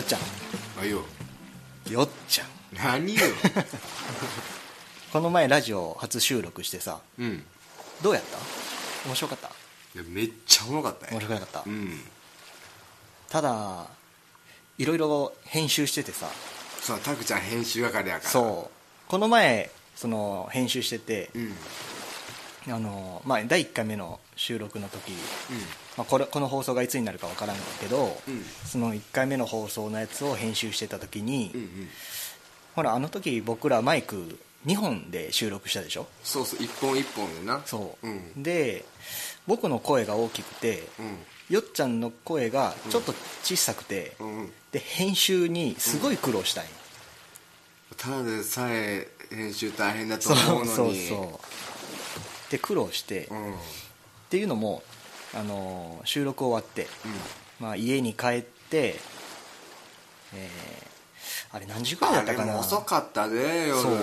っちゃんあよよっちゃん 何よこの前ラジオ初収録してさうんいどうやった面白かったやめっちゃおもろかった面ね白くなかった、うんただいろいろ編集しててさそうタクちゃん編集係やからそうこの前その編集してて、うんうんあのまあ、第1回目の収録の時、まあ、これこの放送がいつになるかわからんけど、うんその1回目の放送のやつを編集してた時に、うんうんほらあの時僕らマイク2本で収録したでしょそうそう一本一本でなそう、うんで僕の声が大きくて、うんよっちゃんの声がちょっと小さくて、うんうんで編集にすごい苦労したんよ、ただでさえ編集大変だそとう思うのにそうそうで苦労して、うっんうんていうのもあのー収録終わって、まあ、家に帰って、えーあれ何時ぐらいだあったれかもな遅かったで夜そう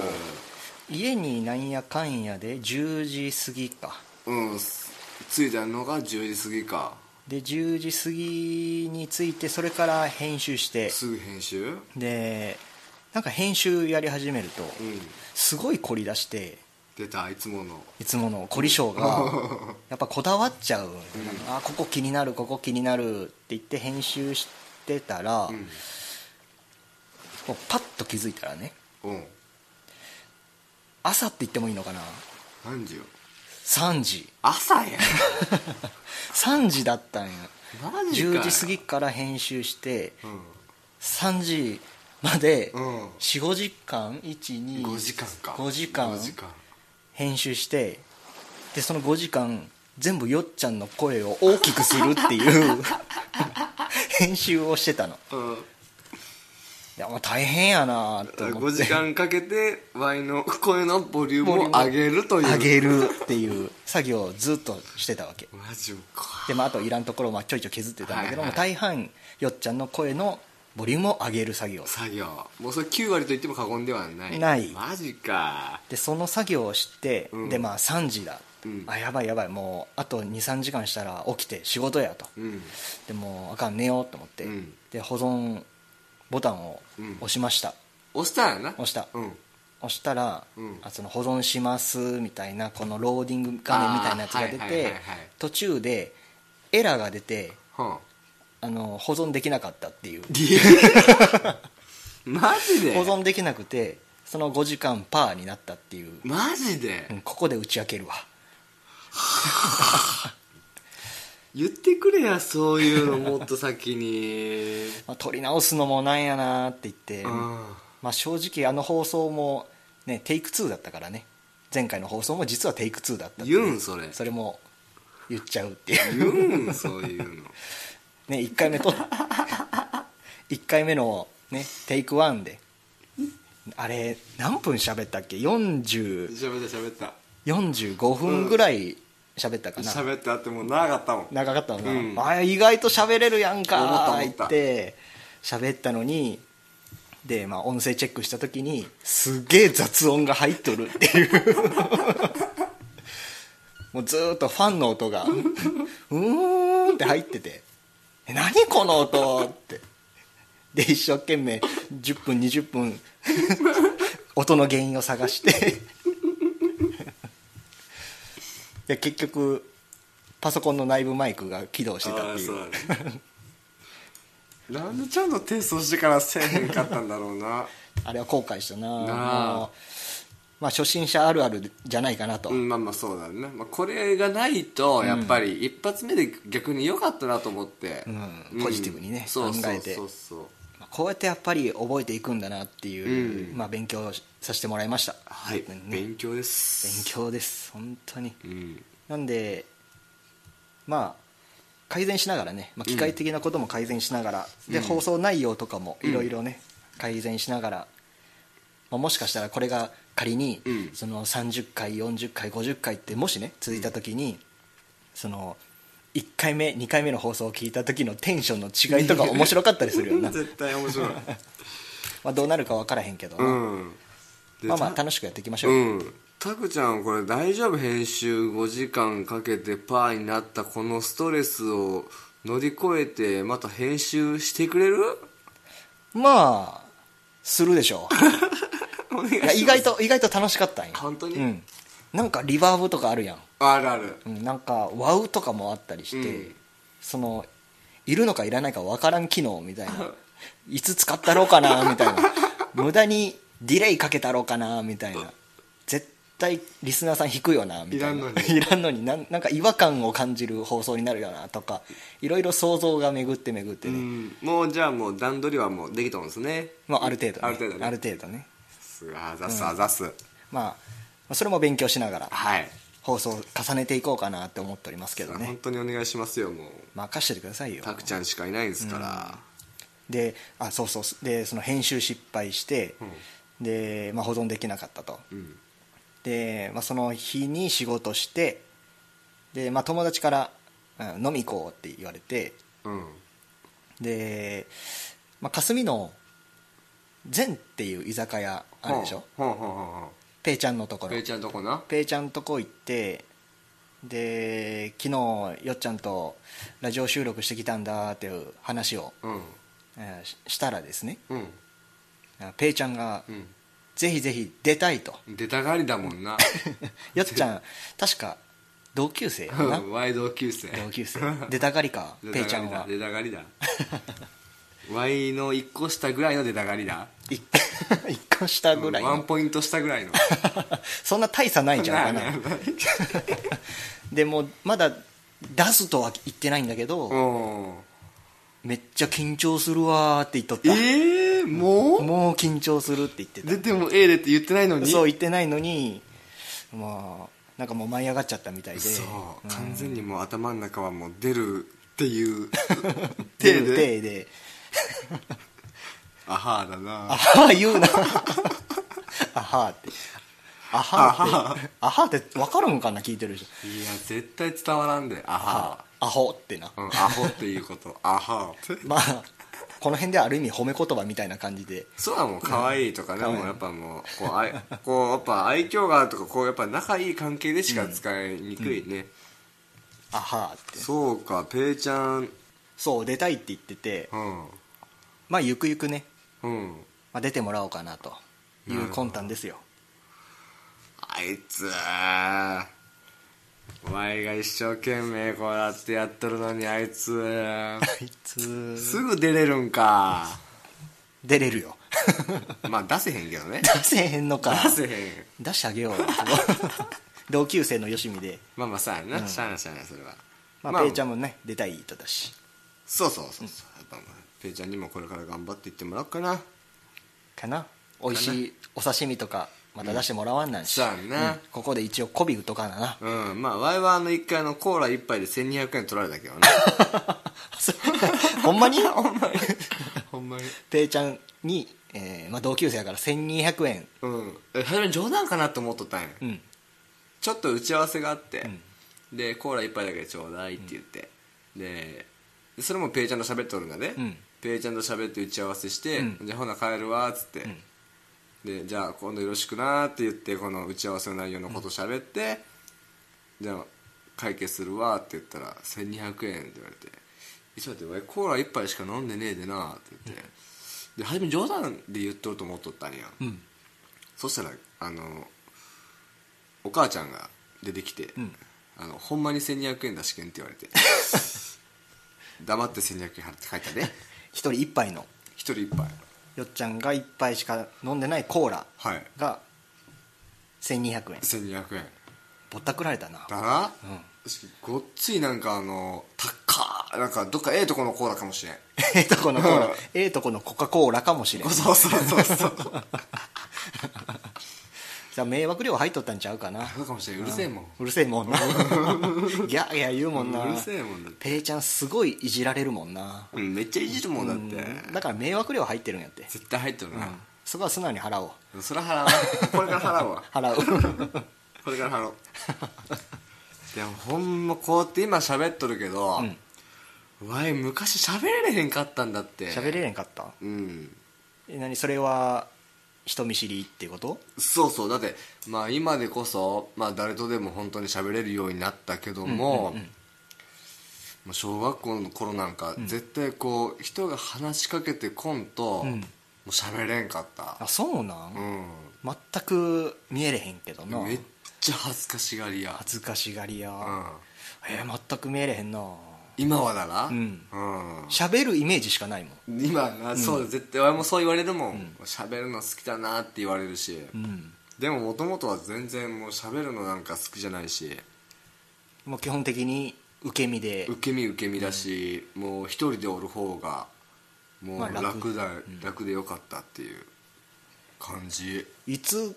家になんやかんやで10時過ぎかうん着いたのが10時過ぎかで10時過ぎに着いてそれから編集してすぐ編集でなんか編集やり始めると、うんすごい凝り出して出たいつもの いつもの凝り性がやっぱこだわっちゃう、あここ気になるここ気になるって言って編集してたら、うんこうパッと気づいたらねうん朝って言ってもいいのかな何時よ3時朝や3時だったんやマジかよ10時過ぎから編集してう3時までんうん45時間12 5時間か5時間5時間編集してでその5時間全部よっちゃんの声を大きくするっていう 編集をしてたのうんいやもう大変やなと思5っ時て間かけて Y の声のボリュームを上げるという上げるっていう作業をずっとしてたわけマジかでまあ、あといらんところをまあちょいちょい削ってたんだけども、はいは大半よっちゃんの声のボリュームを上げる作業作業もうそれ9割と言っても過言ではないないマジかでその作業をして、うんでまあ3時だ、うんあやばいやばいもうあと23時間したら起きて仕事やと、うんでもうあかん寝ようと思って、うんで保存ボタンをうん押しました、押したんやな押したうん押したら、うんあその保存しますみたいなこのローディング画面みたいなやつが出あーはいはいはていはい途中でエラーが出て はあの保存できなかったっていうあマジで保存できなくてその5時間パーになったっていう、マジで、うんここで打ち明けるわ言ってくれやそういうのもっと先 にまあ、撮り直すのもなんやなって言って、うんまあ、正直あの放送も、ね、テイク2だったからね前回の放送も実はテイク2だったってい言う んそれそれも言っちゃうっていう、言うんそういうのね、1回目と一回目の、ね、テイク1であれ何分喋ったっけ40喋った喋った45分ぐらい喋ったかな、喋ったってもう長かったもん長かったのな、うんあ意外と喋れるやん思ったか思言っったて喋ったのにで、まあ、音声チェックした時にすげえ雑音が入っとるっていうもうずーっとファンの音がうーんって入ってて「え何この音!」ってで一生懸命10分20分 音の原因を探してで結局パソコンの内部マイクが起動してたっていうあーそうだねなんでちゃんとテストしてからせえへんかったんだろ うなあれは後悔したなあもうまあ、初心者あるあるじゃないかなと、うんまあまあそうだね、まあ、これがないとやっぱり一発目で逆に良かったなと思って、うんポジティブにねそうそう考えてそうそうまあこうやってやっぱり覚えていくんだなっていう、うまあ、勉強させてもらいましたはい、ね勉勉強です強です本当にうんなんでまあ改善しながらね、まあ、機械的なことも改善しながら、でうん放送内容とかもいろいろね、改善しながら、まあ、もしかしたらこれが仮に、うんその30回40回50回ってもしね続いた時に、その1回目2回目の放送を聞いた時のテンションの違いとか面白かったりするよ な絶対 面白いまあどうなるか分からへんけど、うんでまあまあた楽しくやっていきましょう、うんたくちゃんこれ大丈夫編集5時間かけてパーになった このストレスを乗り越えてまた編集してくれるまあするでしょお願いういやし意ます外と意外と楽しかったんよ本当にうん、なんかリバーブとかあるやんあるあるうんなんかワウとかもあったりして、うんそのいるのかいらないか分からん機能みたいな いつ使ったろうかなみたい な無駄にディレイかけたろうかなみたいな絶対リスナーさん引くよなみたいないらんの にいらんのになんなんか違和感を感じる放送になるよなとかいろいろ想像が巡って巡ってうね、んもうじゃあもう段取りはもうできたんですねまあ、ある程度、ね、ある程度ねある程度ねすあざすあざすまあまあそれも勉強しながらはい放送を重ねていこうかなって思っておりますけどね本当にお願いしますよもう任しててくださいよたくちゃんしかいないんですからであそうそうでその編集失敗して、で、まあ、保存できなかったとうんで、まあ、その日に仕事してで、まあ、友達から、うん飲み行こうって言われてうんで、まあ、霞の善っていう居酒屋あるでしょほんほんほんほんペイちゃんのところペイちゃんとこなペイちゃんとこ行ってで昨日よっちゃんとラジオ収録してきたんだっていう話を、うんえーししたらですねうんあペイちゃんがうぜひぜひ出たいと ん出たがりだもんなよっちゃん確か同級生や なワイ同級生同級 生出たがりか出たがペイりだちゃんは出たがりだ ワイの一個下ぐらいの出たがりだ一 一個下ぐらいワンのポイント下ぐらいのそんな大差ない んじゃないかな ないないないでもまだ出すとは言ってないんだけどうんめっちゃ緊張するわーって言っとったええももう緊張するって言ってう出てもええでって言ってないのたにそう言ってないのにまあなんかもう舞い上がっちゃったみたいでそう完全にもう頭の中はもう出るっ ていう手手で手であはーだあなはあ言うな。 あはあって。あはあって。あはあって分かるんかな聞いてる人。いや絶対伝わらんであはアホってな。ーうんアホっていうことあはーってまあ、この辺ではある意味褒め言葉みたいな感じで。そうだもん可愛いとかね可愛いもうやっぱもうこうあい こうやっぱ愛嬌があるとかこうやっぱ仲いい関係でしか使いにくいね、あはあって。そうかペイちゃんそう、出たいって言ってて、うんまあ、ゆくゆくね、うんまあ、出てもらおうかなという魂胆ですよ。あいつお前が一生懸命こうやってやっとるのにあい つあいつ、すぐ出れるんか出れるよ。 まあ出せへんけどね出せへんのか。出せへん出してあげよう。 同級生のよしみで、まあまあさあな、しゃあないしゃあないそれはまあ、ペイちゃんんもね、出たいとだし。そうそうそうそうやっぱまあペイちゃんにもこれから頑張っていってもらおうかなかな美味しいお刺身とかまた出してもらわんなんし、そうやんなうんここで一応コビ打っとかな なうんまあワイはあの1回のコーラ1杯で1200円取られたけどね ほんまにほんまにペイちゃんに、えーまあ、同級生やから1200円うんえ初め冗談かなと思っとったんや、うんちょっと打ち合わせがあって、でコーラ一杯だけちょうだいって言って、でそれもペイちゃんと喋っとるんだね、うんペイちゃんと喋って打ち合わせして、じゃあほな帰るわっつって、でじゃあ今度よろしくなーって言ってこの打ち合わせの内容のこと喋って、じゃあ会計するわって言ったら1200円って言われて「いつだって俺コーラ一杯しか飲んでねえでな」って言って、で初め冗談で言っとると思っとったんや、んそしたらあのお母ちゃんが出てきて「あのほんまに1200円出しけん」って言わ れて黙って1200円払って書いたね一人一杯の一人一杯よっちゃんが一杯しか飲んでないコーラはいが1200円1200円ぼったくられた なだな、ごっついなんかあの高っなんかどっかええとこのコーラかもしれんええとこのコー ラええとこのコカ・コーラかもしれんじそうそうそうそうゃあ迷惑料入っとったんちゃうかなそうかもしれんうるせえもんうるせえもん なギャーギャー言うもんなうるせえもんだってペイちゃんすごいいじられるもんなうんめっちゃいじるもんだって、だから迷惑料入ってるんやって絶対入っとるな、そこは素直に払おうそれ払うわこれから払うわ払う これから払おういやほんまこうやって今喋っとるけど、わい昔喋れへんかったんだって喋れへんかったうんえ何それは人見知りっていうことそうそうだってまあ今でこそ、まあ、誰とでも本当に喋れるようになったけども、もう小学校の頃なんか、絶対こう人が話しかけてこんと、んもう喋れんかったあそうなん、う全く見えれへんけどなんめっちゃ恥ずかしがりや、恥ずかしがりや、うん、えー全く見えれへんな今はならうん喋るイメージしかないもん今な、そう絶対俺もそう言われるもん喋、るの好きだなって言われるし、んでももともとは全然もう喋るのなんか好きじゃないしもう基本的に受け身で受け身受け身だし、もう一人でおる方がもうまあ楽楽だ、楽でよかったっていう感じいつ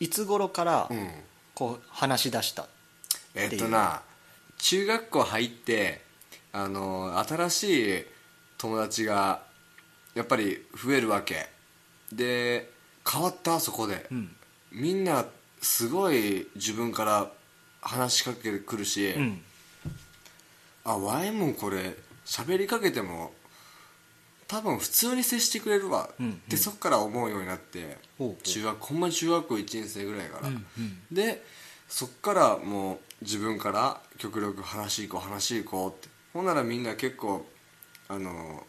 いつ頃からうんこう話し出した、えっとな中学校入ってあの新しい友達がやっぱり増えるわけで変わったそこで、んみんなすごい自分から話しかけてくるし、うん、あワイもこれ喋りかけても多分普通に接してくれるわうんうんってそっから思うようになってほうほう中学ほんまに中学校1年生ぐらいからでそっからもう自分から極力話行こう話行こうってほんならみんな結構あの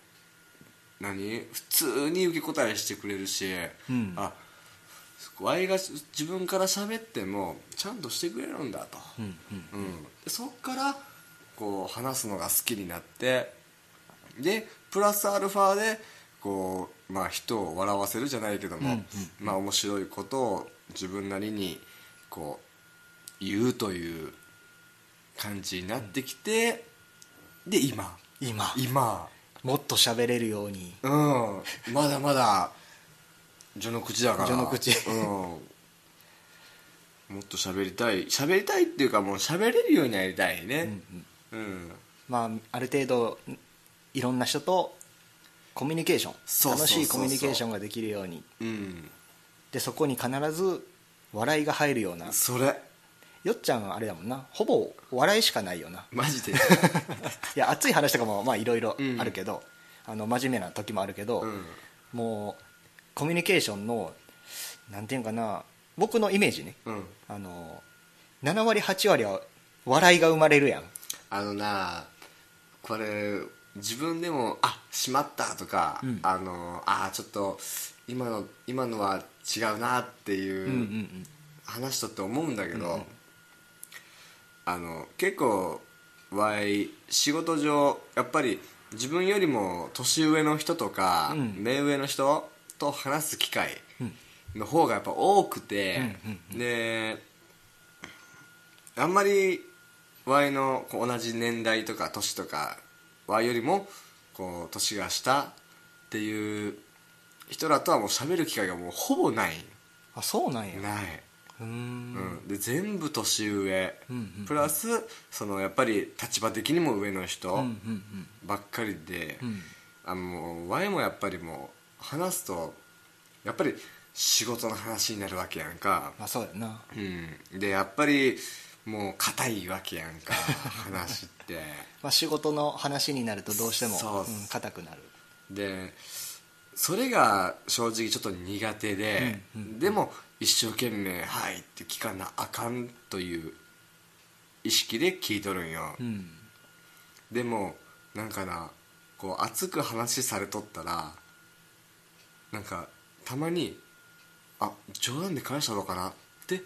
何普通に受け答えしてくれるし、んあワイが自分から喋ってもちゃんとしてくれるんだと、うんでそっからこう話すのが好きになってでプラスアルファでこう、まあ、人を笑わせるじゃないけども、まあ、面白いことを自分なりにこう言うという感じになってきて、で今今今もっと喋れるようにうんまだまだ序の口だから序の口うんもっと喋りたい喋りたいっていうかもう喋れるようになりたいねうん、まあある程度いろんな人とコミュニケーションそうそうそうそう楽しいコミュニケーションができるようにうんでそこに必ず笑いが入るようなそれよっちゃんはあれだもんなほぼ笑いしかないよなマ ジでいや熱い話とかもまあいろいろあるけど、あの真面目な時もあるけど、うんもうコミュニケーションのなんていうんかな僕のイメージね、うんあの7割8割は笑いが生まれるやんあのなこれ自分でも「あしまった」とか「んあのあちょっと今の今のは違うな」っていう、うんうん話したって思うんだけど、あの結構わい仕事上やっぱり自分よりも年上の人とか、うん目上の人と話す機会の方がやっぱ多くて、であんまりわいのこう同じ年代とか年とかわいよりもこう年が下っていう人らとはもう喋る機会がもうほぼないあそうなんやない。うーんうん、で全部年上、んプラスそのやっぱり立場的にも上の人うんうんばっかりで、んあのワイもやっぱりもう話すとやっぱり仕事の話になるわけやんか、まあそうやなうん、でやっぱりもう硬いわけやんか話ってまあ、仕事の話になるとどうしてもそうっすうん硬、くなるでそれが正直ちょっと苦手で、でも一生懸命「はい」って聞かなあかんという意識で聞いとるんよ、うんでもなんかなこう熱く話されとったらなんかたまにあ冗談で返したのかなって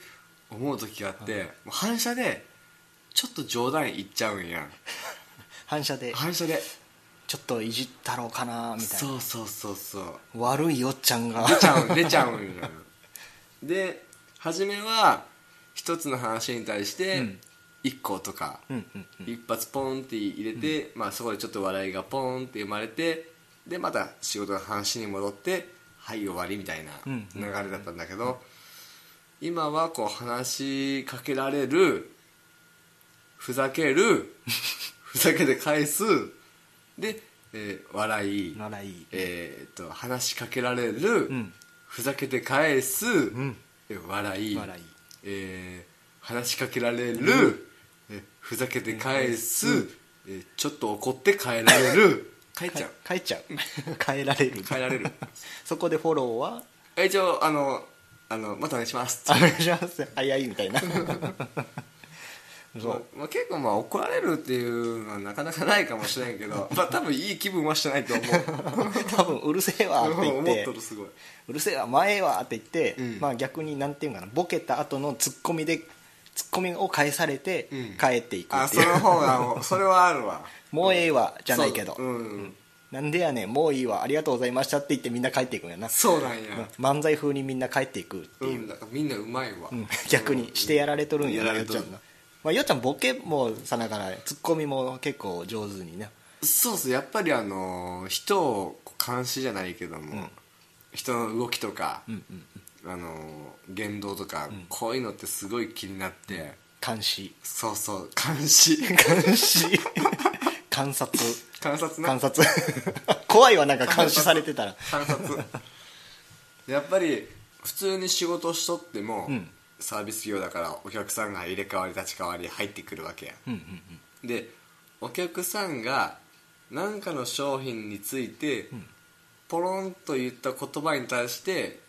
思う時があって、もう反射でちょっと冗談言っちゃうんやん反射で反射でちょっといじったろうかなみたいなそうそうそうそう悪いよっちゃんが出ちゃうん出ちゃうんよ で初めは一つの話に対して一個とか、うんうん一発ポンって入れて、まあ、そこでちょっと笑いがポンって生まれてでまた仕事の話に戻ってはい終わりみたいな流んれだったんだけど、今はこう話しかけられるふざ けるふざけて返すで、えー笑い笑いえーっと話しかけられる、んふざけて返す、んえ笑い笑いえー話しかけられる、えふざけて返す、えーちょっと怒って帰ら れる帰っちゃう変えちゃう 変えられる帰ら れるそこでフォローはえ一応あのあのまたお願いします 「あお願いします」「あいあい」みたいなうそうまあ、結構まあ怒られるっていうのはなかなかないかもしれんけ どまあ多分いい気分はしてないと思う多分うるせえわって言っ思っとてるすごいうるせえわ前へわって言って、うんまあ、逆になんていうんかなボケた後のツッコミでツッコミを返されてうん帰っていくあってそいう、の方がもうそれはあるわもうええわ じゃないけど、そううんなんでやねんもういいわありがとうございましたって言ってみんな帰っていくんやなそうなんや、漫才風にみんな帰っていくってういんう、だからみんなうまいわ、うん逆にしてやられとるんやな、やらよれっとちるゃんな、まあ、よっちゃんボケもさながらツッコミも結構上手にねそうっすやっぱりあのー人をこう監視じゃないけども、人の動きとか、あのー言動とか、こういうのってすごい気になって、監視そうそう監 視監視 観察観察な観察 怖いわなんか監視されて たら観察やっぱり普通に仕事しとっても、んサービス業だからお客さんが入れ替わり立ち替わり入ってくるわけや、でお客さんが何かの商品について、ポロンと言った言葉に対して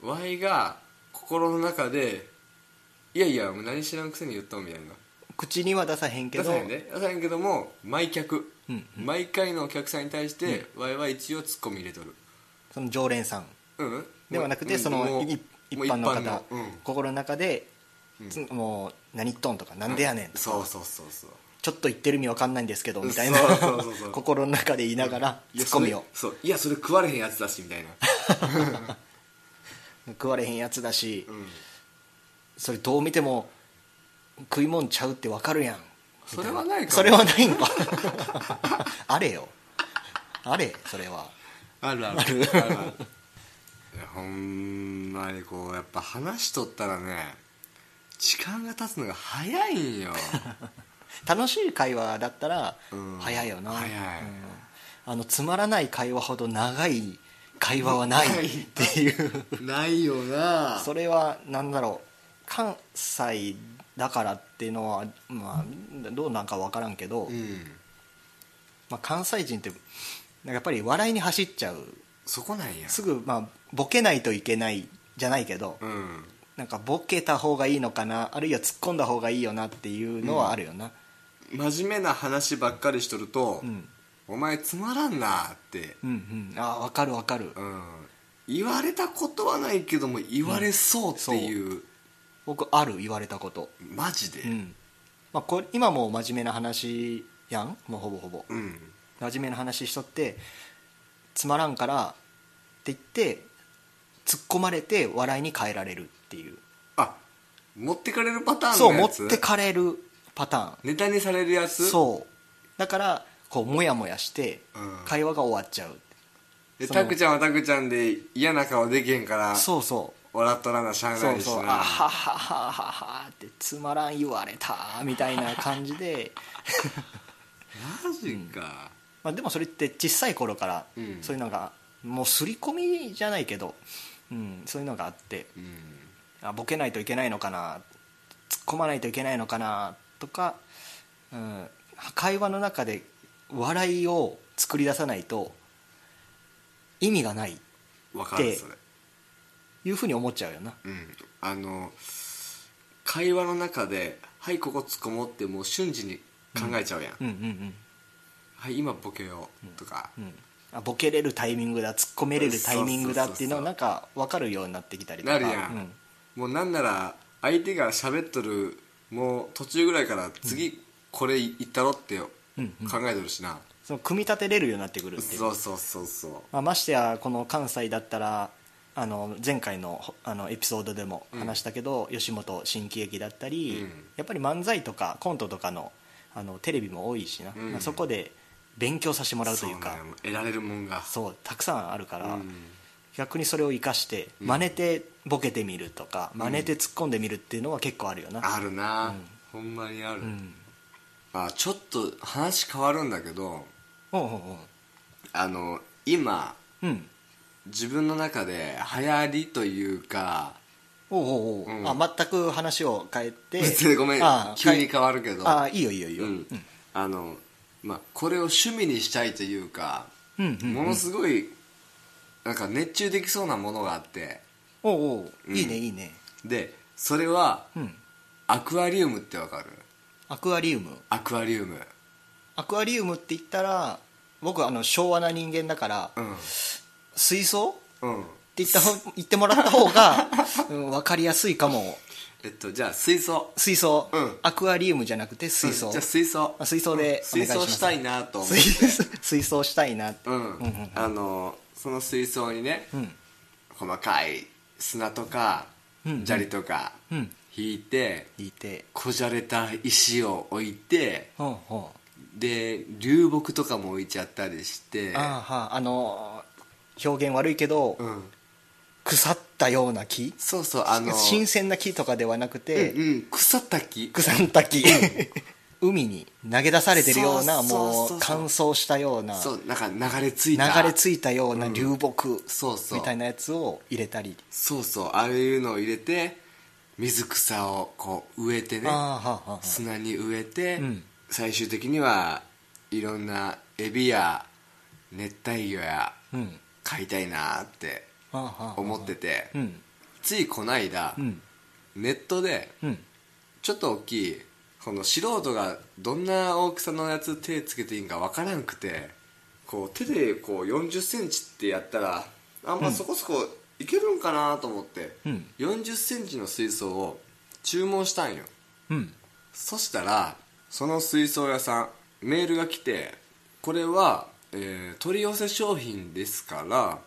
Y が心の中で「いやいやもう何知らんくせに言っとん」みたいな口には出さへんけ出どさへんね出さへんけども毎客、毎回のお客さんに対して、Y は一応ツッコミ入れとるその常連さんうんではなくてうんそのもうい一もう般の方うん心の中でつもう何言っとんとかなんでやねんとかそうそうそうそうちょっと言ってる意味わかんないんですけどみたいなそうそうそうそう心の中で言いながらいツやッコミをそれそういやそれ食われへんやつだしみたいな食われへんやつだしうんそれどう見ても食いもんちゃうってわかるやんそれはないか もそれはないんか あれよあれそれはあるある あるあるいやほんまにこうやっぱ話しとったらね時間が経つのが早い んよ楽しい会話だったらうん早いよな、早いうんあのつまらない会話ほど長い会話はないないっていうないよな それは何だろう関西だからっていうのは、まあ、どうなんか分からんけど、うんまあ、関西人ってなんかやっぱり笑いに走っちゃうそこなんやすぐ、まあ、ボケないといけないじゃないけど、うんなんかボケた方がいいのかなあるいは突っ込んだ方がいいよなっていうのはあるよな、真面目な話ばっかりしとると、んお前つまらんなって、うん、うんああ分かる分かる、うん、言われたことはないけども言われそうっていう,、僕ある言われたことマジでうんまあ、これ今もう真面目な話やんもうほぼほぼうん真面目な話しとってつまらんからって言って突っ込まれて笑いに変えられるっていうあ持ってかれるパターンそうの持やつってかれるパターンネタにされるやつそうだからこうモヤモヤしてうん会話が終わっちゃう、でそのタクちゃんはタクちゃんで嫌な顔できへんからそうそ笑っとらなしゃあうそなういしそうあなはははははってつまらん言われたみたいな感じで マジか、まあでもそれって小さい頃からうんそういうのがもう刷り込みじゃないけど、うん、そういうのがあってうんあボケないといけないのかな突っ込まないといけないのかなとか、うん、会話の中で笑いを作り出さないと意味がないっ分かるでそれいうふうに思っちゃうよなうんあの会話の中で「はいここ突っ込もう」ってもう瞬時に考えちゃうやん「うんうんうんはい今ボケよう」とか、うんあボケれるタイミングだ突っ込めれるタイミングだっていうのはそうそなんか分かるようになってきたりとかなるやん、うんもうなんなら相手が喋っとるもう途中ぐらいから次これいったろって考うんうんえてるしな、その組み立てれるようになってくるっていうそうそうそうそうまあ、ましてやこの関西だったらあの前回のほあのエピソードでも話したけど、吉本新喜劇だったり、うんやっぱり漫才とかコントとかのあのテレビも多いしな、うんまあそこで勉強させてもらうとそいうかなんやもう得られるもんがそう,、たくさんあるから、うん逆にそれを生かして真似てボケてみるとか、真似て突っ込んでみるっていうのは結構あるよな、あるな、ほんまにある、うん、あちょっと話変わるんだけどおうおうおうあの今うん自分の中で流行りというかおうおうおううんあ全く話を変えてごめんあ急に変わるけどあいいよいいよいいよ、うんあのまあ、これを趣味にしたいというか、うんうんうんものすごいなんか熱中できそうなものがあっておうおう、んいいねいいねでそれはうんアクアリウムってわかるアクアリウムアクアリウムアクアリウムって言ったら僕あの昭和な人間だから、うん水槽うんって言ったほ言ってもらった方 が、うん、分かりやすいかもえっとじゃあ水槽水槽、うんアクアリウムじゃなくて水槽、じゃあ水槽あ水槽でお願水いします槽したいなと思う水水槽したいなって、うんあのその水槽にねうん細かい砂とかうん砂利とかうん引いていてこじゃれた石を置いてほうほうで流木とかも置いちゃったりしてあーはーあのー表現悪いけど、うん腐ったような木そうそうあの新鮮な木とかではなくて、うん腐った木腐った木 海に投げ出されてるようなそうそうそうそうもう乾燥したようなそうなんか流れ着いた流れ着いたような流木そうそうみたいなやつを入れたりそうそうああいうのを入れて水草をこう植えてねあーはーはーはー砂に植えて、うん最終的にはいろんなエビや熱帯魚やうん飼いたいなってはーはーはー思ってて、うんついこの間、うんネットでうんちょっと大きいこの素人がどんな大きさのやつ手つけていいんかわからんくてこう手でこう4 0ンチってやったらあんまそこそこいけるんかなと思って、うん4 0ンチの水槽を注文したんようんそしたらその水槽屋さんメールが来てこれは、えー取り寄せ商品ですから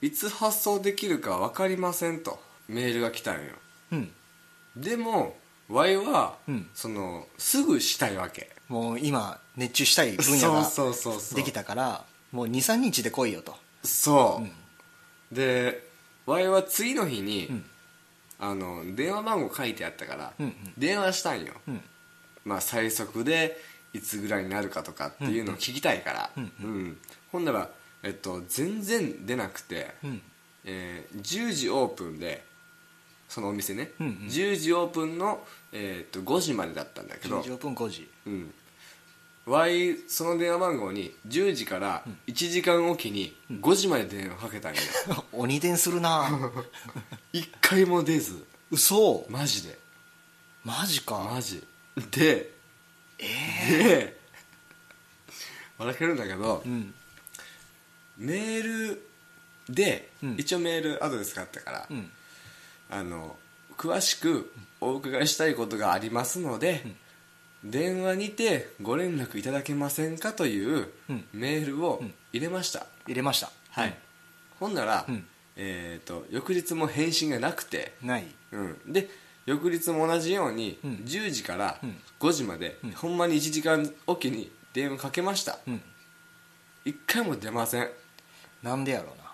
いつ発送できるか分かりませんとメールが来たんようんでもワイは、うんそのすぐしたいわけもう今熱中したい分野がそうそうそうそうできたからもう23日で来いよとそう、でワイは次の日に、んあの電話番号書いてあったから、うんうん電話したんよ、うんまあ、最速でいつぐらいになるかとかっていうのを聞きたいから、うんほんなら、えっと、全然出なくて、うんえー10時オープンでそのお店ね、うんうん10時オープンの、えーっと5時までだったんだけど10時、オープン5時うん、Y その電話番号に10時から1時間おきに5時まで電話かけたんや、 鬼伝する な一回も出ず嘘マジでマジかマジでえで笑けるんだけど、うんメールで、うん一応メールアドレスがあったから、うんあの詳しくお伺いしたいことがありますので、電話にてご連絡いただけませんかといううんメールを入れました、入れましたはい、ほんなら、うんえっ、と翌日も返信がなくて、ないうん、で翌日も同じように、うん10時からうん5時まで、ほんまに1時間おきに電話かけました、うん一回も出ませんなんでやろうな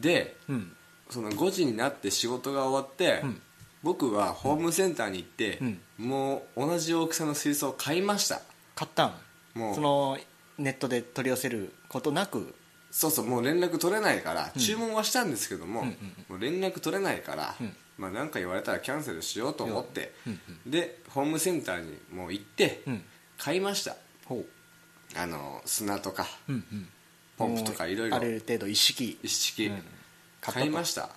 でうんその5時になって仕事が終わって、うん僕はホームセンターに行って、うんもう同じ大きさの水槽を買いました買ったんもうそのネットで取り寄せることなくそうそうもう連絡取れないから、注文はしたんですけども、んうんもう連絡取れないから、うんまあなんか言われたらキャンセルしようと思って、でホームセンターにもう行って、うん買いましたほあの砂とかううんうんポンプとかいろいろある程度一式一式うん買ったと買いました、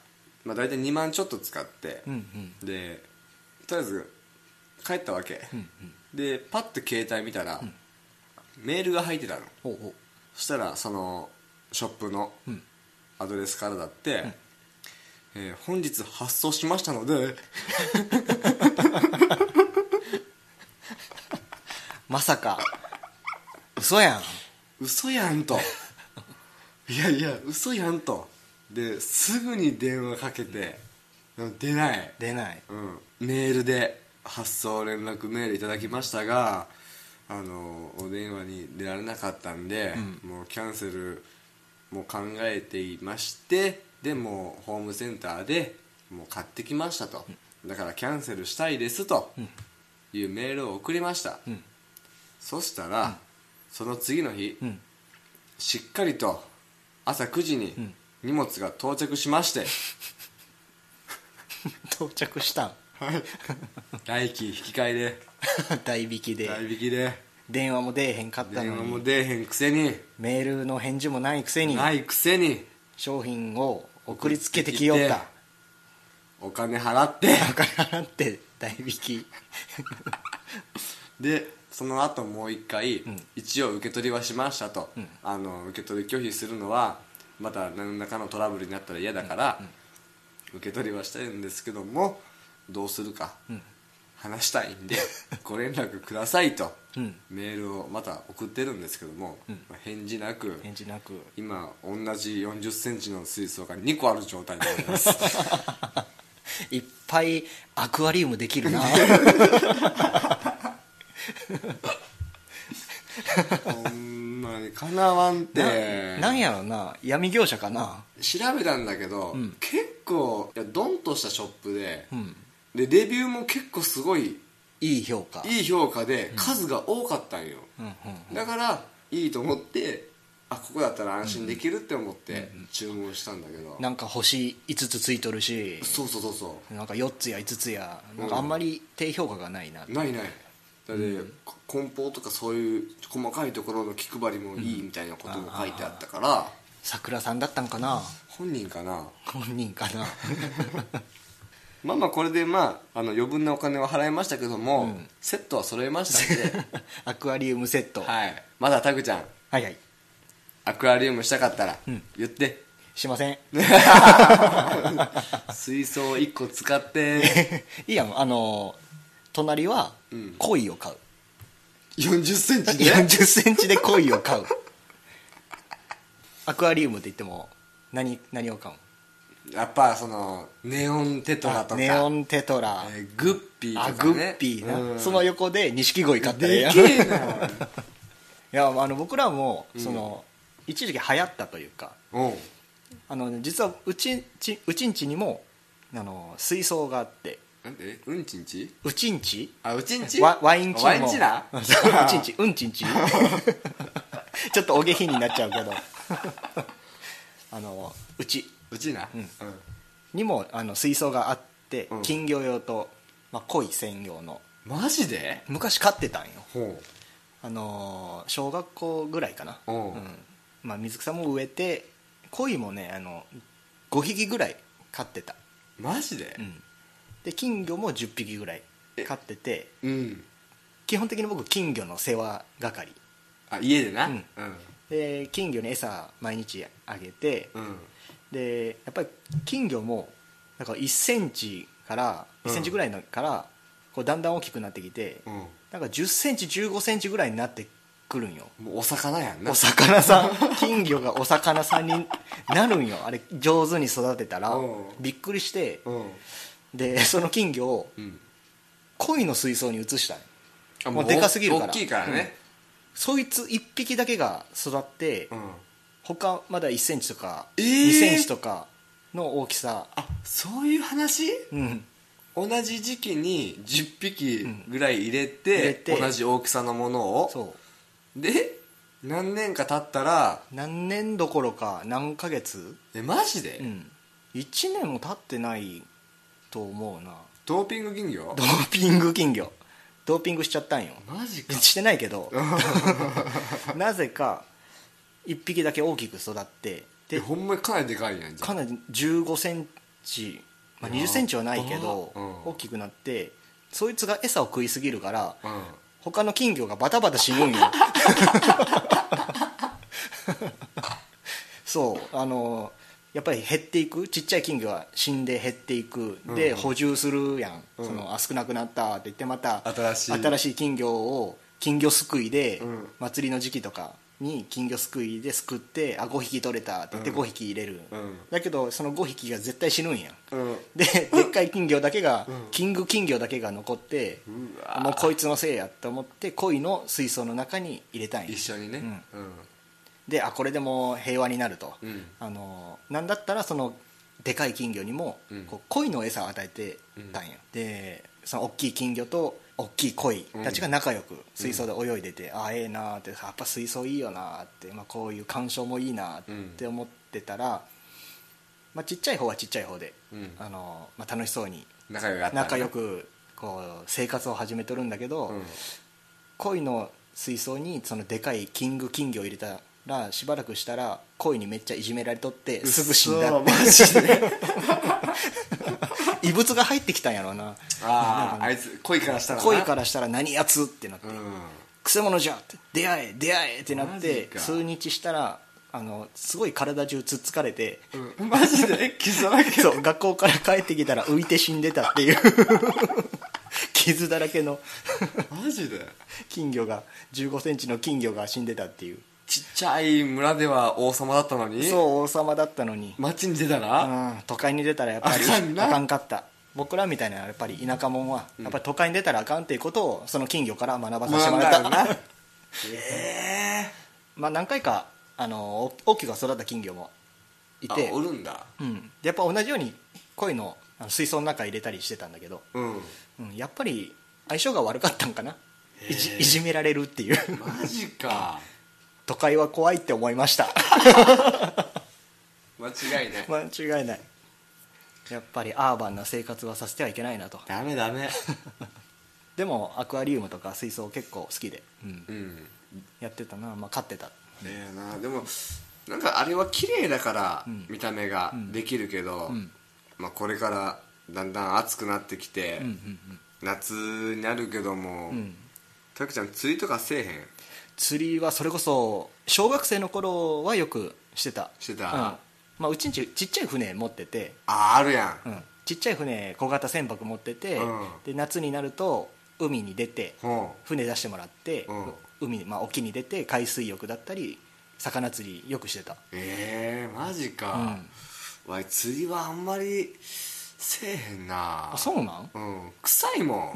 まあ、大体2万ちょっと使って、うんうんでとりあえず帰ったわけ、でパッと携帯見たら、メールが入ってたのほうほそしたらそのショップのんアドレスからだって、えー本日発送しましたのでうまさか嘘やん嘘やんといやいや嘘やんとですぐに電話かけて、出ない出ないうん、メールで発送連絡メールいただきましたがあのお電話に出られなかったんで、もうキャンセルも考えていましてでもうホームセンターでもう買ってきましたと、だからキャンセルしたいですというメールを送りました、んそしたら、その次の日、うんしっかりと朝9時にん荷物が到着し まして、到着したん 来期引き換えで代引きで代引きで電話も出えへんかった電の話もに出えへんくせにメールの返事もないくせにないくせに商品を送りつけてきよっ送りつたけてお金払ってだからって代引きでその後もう一回、一応受け取りはしましたと、あの受け取り拒否するのはまた何らかのトラブルになったら嫌だから、受け取りはしたいんですけどもどうするか、話したい んでご連絡くださいと、うんメールをまた送ってるんですけども、まあ返事なく返事なく今同じ4 0センチの水槽が2個ある状態になります いっぱいアクアリウムできる なほんまにかなわんてなんやろな闇業者かな調べたんだけど、結構いやドンとしたショップで,、んでレビューも結構すごいいい評価いい評価で数が多かったんよ、うんうんだからいいと思ってあここだったら安心できるって思って注文したんだけど、なんか星5つついとるしそうそうそうそなんか4つや5つやなんかあんまり低評価がないな、うないないだって、こ梱包とかそういう細かいところの気配りもいいみたいなことも書いてあったから、桜さんだったんかな本人かな本人かな まあまあこれでまああの余分なお金は払いましたけども、セットは揃えまし たんでアクアリウムセット、はいまだタグちゃんはいはいアクアリウムしたかったら言って、 しません水槽1個使っていいやんあの隣は鯉を買う、 4 0ンチで4 0ンチで鯉を買うアクアリウムって言っても何何を買うやっぱそのネオンテトラとかネオンテトラ、えーグッピーあとか、グね、ッピーな、うんその横で錦鯉買ったらええでやんけえないやあの僕らもその、一時期流行ったというかおうあの実はうちんちうちんちにもあの水槽があってなんでうんちんちうちんちあうちんちワワインチもワインチな うちんちうんちん ちちょっとお下品になっちゃうけど あのうちうちな、んにもあの水槽があって、うん金魚用と、まあ、鯉専用のマジで昔飼ってたんよほあのー小学校ぐらいかな、ううんんまあ、水草も植えて鯉もねあの5匹ぐらい飼ってた、うマジでうんで金魚も10匹ぐらい飼っててうん、基本的に僕金魚の世話係あ家でなううんんうん、で金魚に餌毎日あげて、でやっぱり金魚もなんか1センチからうん1センチぐらいのからこうだんだん大きくなってきて、うんなんか1 0ンチ1 5センチぐらいになってくるんよもうお魚やんなお魚さん金魚がお魚さんになるんよあれ上手に育てたらうんびっくりしてうん、でその金魚をうん、鯉の水槽に移したんよあもうでかすぎるから大きいからねそいつ1匹だけが育って、うん、他まだ1センチとかえー2センチとかの大きさ、あそういう話うん、同じ時期に10匹ぐらい入れて,、入れて同じ大きさのものをそうで何年か経ったら何年どころか何ヶ月、えマジで、うん、1年も経ってないと思うなドーピング金魚ドーピング金魚ドーピングしちゃったんよマジかしてないけど なぜか1匹だけ大きく育ってえでほんまにかなりでかいやんじゃかなり1 5センチ、まあ、2 0センチはないけど、やばうん大きくなってそいつが餌を食いすぎるからあうん他の金魚がバタバタ死ぬんよ そうあのやっぱり減っていくちっちゃい金魚は死んで減っていくで、補充するやん、そのあ少なくなったって言ってまた新しい金魚を金魚すくいで、うん祭りの時期とかに金魚すくいですくってあ5匹取れたって言ってうん5匹入れる、うんだけどその5匹が絶対死ぬんやんうんででっかい金魚だけが、んキング金魚だけが残ってうわもうこいつのせいやと思って鯉の水槽の中に入れたんや一緒にねうん、であこれでもう平和になると、うんあのなんだったらそのでかい金魚にも、うんこう鯉の餌を与えてたんや、でその大きい金魚と大きい鯉たちが仲良く水槽で泳いでて、ああええなーってやっぱ水槽いいよなーって、まあ、こういう鑑賞もいいなーって思ってたら、まあ、ちっちゃい方はちっちゃい方で、うんあのまあ、楽しそうに仲良かった仲良くこう生活を始めとるんだけど、うん鯉の水槽にそのでかいキング金魚を入れたらしばらくしたら恋にめっちゃいじめられとってすぐ死んそだう マジで異物が入ってきたんやろうなあああいつ恋からしたらな恋からしたら何やつってなってうんくせ者じゃって出会え出会えってなっマジてか数日したらあのすごい体中つっつかれて、うんマジで傷だらけそう学校から帰ってきたら浮いて死んでたっていう 傷だらけのマジで金魚が1 5センチの金魚が死んでたっていうちっちゃい村では王様だったのにそう王様だったのに、街に出たら、うん、都会に出たらやっぱりあかんなあかんかった僕らみたいなやっぱり田舎者はやっぱり都会に出たらあかんっていうことをその金魚から学ばさせてもらった、学んだ よなえまあ何回かあの大きく育った金魚もいえてあおるんだうん、でやっぱ同じように鯉のあの水槽の中入れたりしてたんだけど、うんうん、やっぱり相性が悪かったんかないじいじめられるっていうマジか都会は怖いって思いました間違いない 間違いないやっぱりアーバンな生活はさせてはいけないなとダメ ダメでもアクアリウムとか水槽結構好きで、うんうんやってたな、まあ、飼ってたええなでもなんかあれは綺麗だから見た目ができるけど、まあ、これからだんだん暑くなってきて、夏になるけども、たくちゃん釣りとかせえへん釣りはそれこそ小学生の頃はよくしてたしてたうんまあ、うちんちちっちゃい船持っててああるやん、うんちっちゃい船小型船舶持ってて、うんで夏になると海に出てほ船出してもらって、うん海、まあ、沖に出て海水浴だったり魚釣りよくしてたうええマジか、わい釣りはあんまりせえへんなあそうなんうん臭いも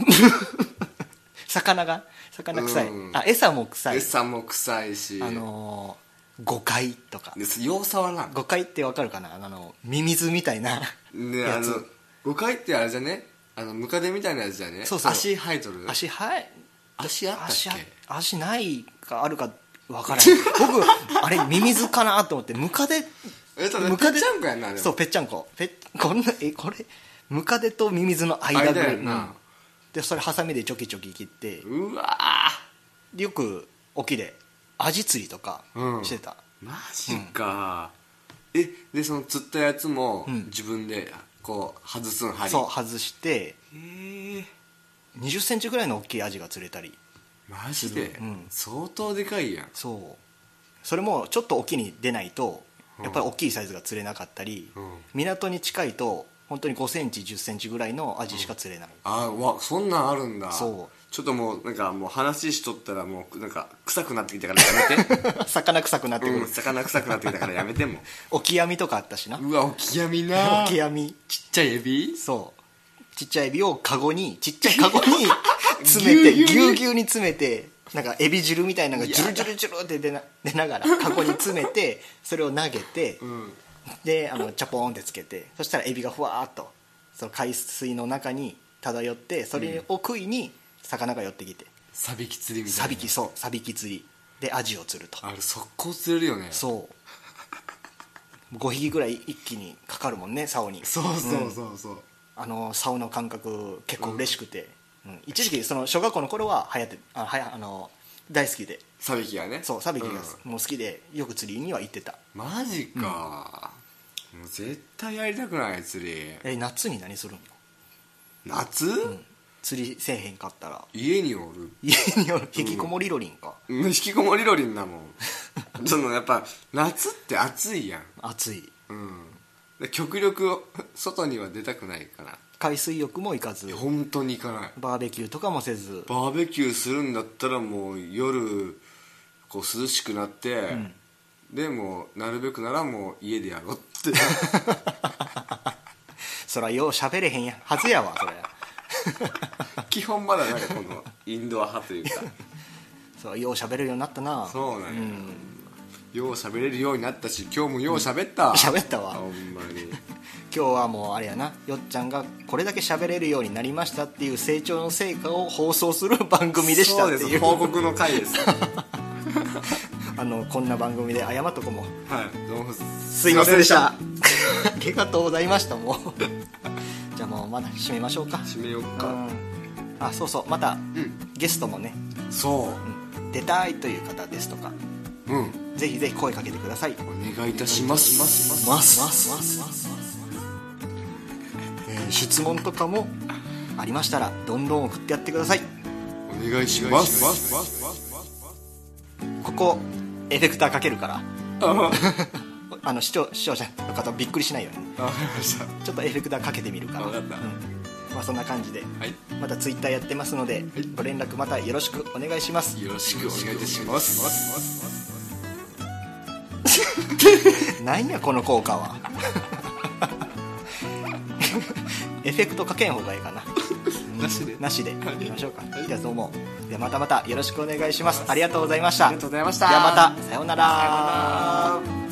魚が魚臭い、うんあ餌もん臭い餌も臭いしあのー誤解とかで要さはな誤解ってわかるかなあのミミズみたいなねやあつの誤解ってあれじゃねあのムカデみたいなやつじゃね そうそう足生えとる足はい足あったっけ足あ足ないかあるかわ からない僕あれミミズかなと思ってムカデえただムカデぺっちゃんこやんなでもそうぺっちゃんこぺっこんなえこれムカデとミミズの間ぐ間らやいんなうんでそれハサミでチョキチョキ切ってうわーよく沖でアジ釣りとかうんしてた、マジか、えでその釣ったやつもん自分でこう外すん針そう外してへえ2 0ンチぐらいの大きいアジが釣れたりマジで、うん相当でかいやんそうそれもちょっと沖に出ないとやっぱり大きいサイズが釣れなかったり、うん港に近いと本当に5センチ1 0ンチぐらいのアジしか釣れ ない、あーわそんなんあるんだそうちょっともうなんかもう話しとったらもうなんか臭くなってきたからやめ て魚臭くなってくる、うん魚臭くなってきたからやめてもオキアミとかあったしなうわオキアミなオキアミちっちゃいエビそうちっちゃいエビをカゴにちっちゃいカゴ に詰めてぎゅうぎぎゅうにゅうぎゅうに詰めてなんかエビ汁みたいなのがジュルジュルジュルって出な出ながらカゴに詰めてそれを投げて、んであのチャポーンってつけてそしたらエビがふわーっとその海水の中に漂ってそれを食いに魚が寄ってきて、サビキ釣りみたいなサビキそうサビキ釣りでアジを釣るとあれ速攻釣れるよねそう5匹ぐらい一気にかかるもんね竿にそうそうそうそうあの竿の感覚結構嬉しくて、うん一時期その小学校の頃ははやってあはやあの大好きでサビキがねそうサビキがうもう好きでよく釣りには行ってた、んマジか、もう絶対やりたくない釣りえ夏に何するんよ夏、釣りせえへんかったら家におる家におる引きこもりロリンか、うん引きこもりロリンだもんそのやっぱ夏って暑いやん暑いうんで極力外には出たくないから海水浴も行かず本当に行かないバーベキューとかもせずバーベキューするんだったらもう夜こう涼しくなって、でもうなるべくならもう家でやろうってそらよう喋れへんやはずやわそれ基本まだなんかこのインドア派というかそらよう喋れるようになったなそうなんや、よう喋れるようになったし今日もよう喋った喋ったわほんまに今日はもうあれやなよっちゃんがこれだけ喋れるようになりましたっていう成長の成果を放送する番組でしたっそうてですいう報告の回ですはあのこんな番組で謝っとこもいどうもすすいませんでした ありがとうございましたもうじゃあもうまだ締めましょうか締めよううかんあそうそうまた、んゲストもねそ出たいという方ですとかううんぜひぜひ声かけてくださいお願いいたしますますますますますますえー質問とかもありましたらどんどん送ってやってくださいお願いしますここエフェクターかけるからあの視聴視聴者の方びっくりしないようにあわかりましたちょっとエフェクターかけてみるからわかったうんまあ、そんな感じで、はいまたツイッターやってますので、ご連絡またよろしくお願いしますよろしくお願いいたします何やこの効果はエフェクトかけん方がいいかななしでなしでいきましょうか、じゃあどうもではまたまたよろしくお願いしますありがとうございましたありがとうございましたではまたさようなら